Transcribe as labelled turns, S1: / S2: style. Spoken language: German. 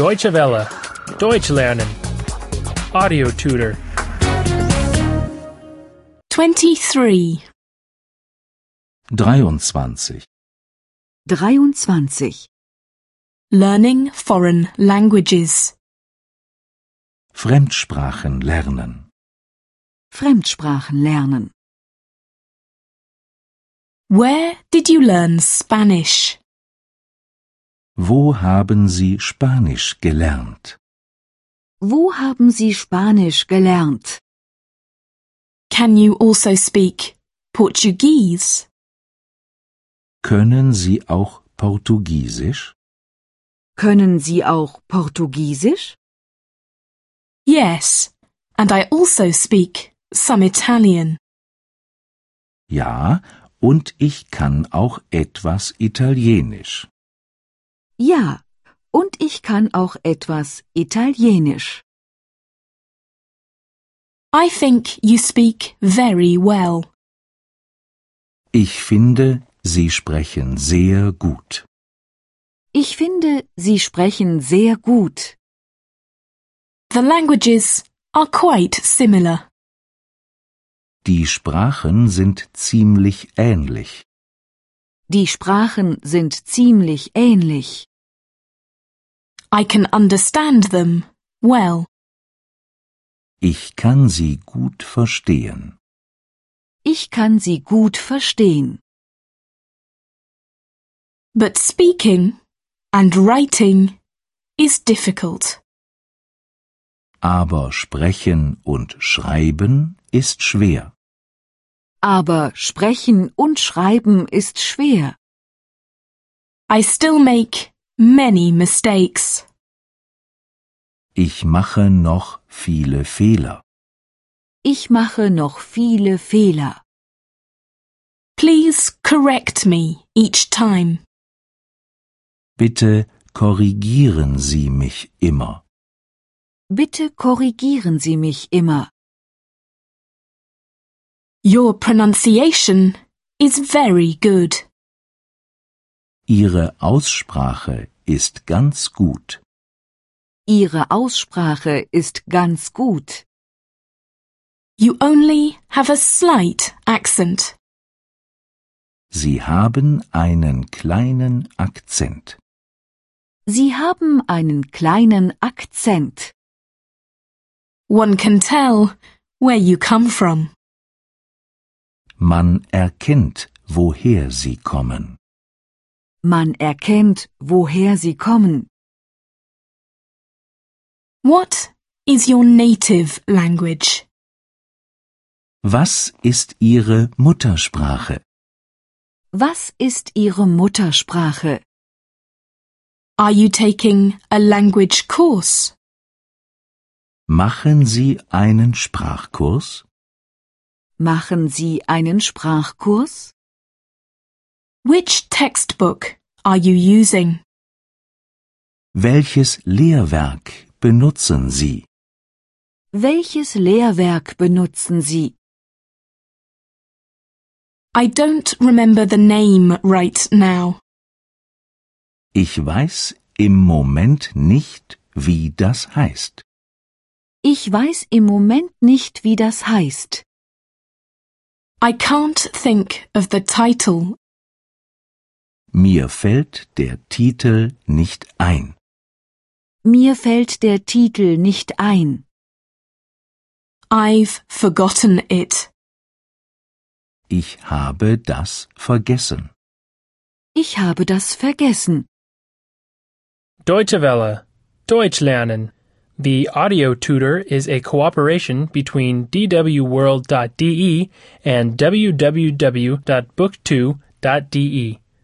S1: Deutsche Welle. Deutsch lernen. Audio tutor.
S2: 23.
S3: 23.
S4: 23.
S2: Learning foreign languages.
S3: Fremdsprachen lernen.
S4: Fremdsprachen lernen.
S2: Where did you learn Spanish?
S3: Wo haben Sie Spanisch gelernt?
S4: Wo haben Sie Spanisch gelernt?
S2: Can you also speak Portuguese?
S3: Können Sie auch Portugiesisch?
S4: Können Sie auch Portugiesisch?
S2: Yes. And I also speak some Italian.
S3: Ja, und ich kann auch etwas Italienisch.
S4: Ja. Und ich kann auch etwas Italienisch.
S2: I think you speak very well.
S3: Ich finde, Sie sprechen sehr gut.
S4: Ich finde, Sie sprechen sehr gut.
S2: The languages are quite similar.
S3: Die Sprachen sind ziemlich ähnlich.
S4: Die Sprachen sind ziemlich ähnlich.
S2: I can understand them well.
S3: Ich kann sie gut verstehen.
S4: Ich kann sie gut verstehen.
S2: But speaking and writing is difficult.
S3: Aber sprechen und schreiben ist schwer.
S4: Aber sprechen und schreiben ist schwer.
S2: I still make many mistakes.
S3: Ich mache noch viele Fehler.
S4: Ich mache noch viele Fehler.
S2: Please correct me each time.
S3: Bitte korrigieren Sie mich immer.
S4: Bitte korrigieren Sie mich immer.
S2: Your pronunciation is very good.
S3: Ihre Aussprache ist ganz gut.
S4: Ihre Aussprache ist ganz gut.
S2: You only have a slight accent.
S3: Sie haben einen kleinen Akzent.
S4: Sie haben einen kleinen Akzent.
S2: One can tell where you come from.
S3: Man erkennt, woher Sie kommen.
S4: Man erkennt, woher Sie kommen.
S2: What is your native language?
S3: Was ist Ihre Muttersprache?
S4: Was ist Ihre Muttersprache?
S2: Are you taking a language course?
S3: Machen Sie einen Sprachkurs?
S4: Machen Sie einen Sprachkurs?
S2: Which textbook are you using?
S3: Welches Lehrwerk benutzen Sie?
S4: Welches Lehrwerk benutzen Sie?
S2: I don't remember the name right now.
S3: Ich weiß im Moment nicht, wie das heißt.
S4: Ich weiß im Moment nicht, wie das heißt.
S2: I can't think of the title.
S3: Mir fällt der Titel nicht ein.
S4: Mir fällt der Titel nicht ein.
S2: I've forgotten it.
S3: Ich habe das vergessen.
S4: Ich habe das vergessen.
S1: Deutsche Welle. Deutsch lernen. The audio tutor is a cooperation between E dwworld.de and www.book2.de.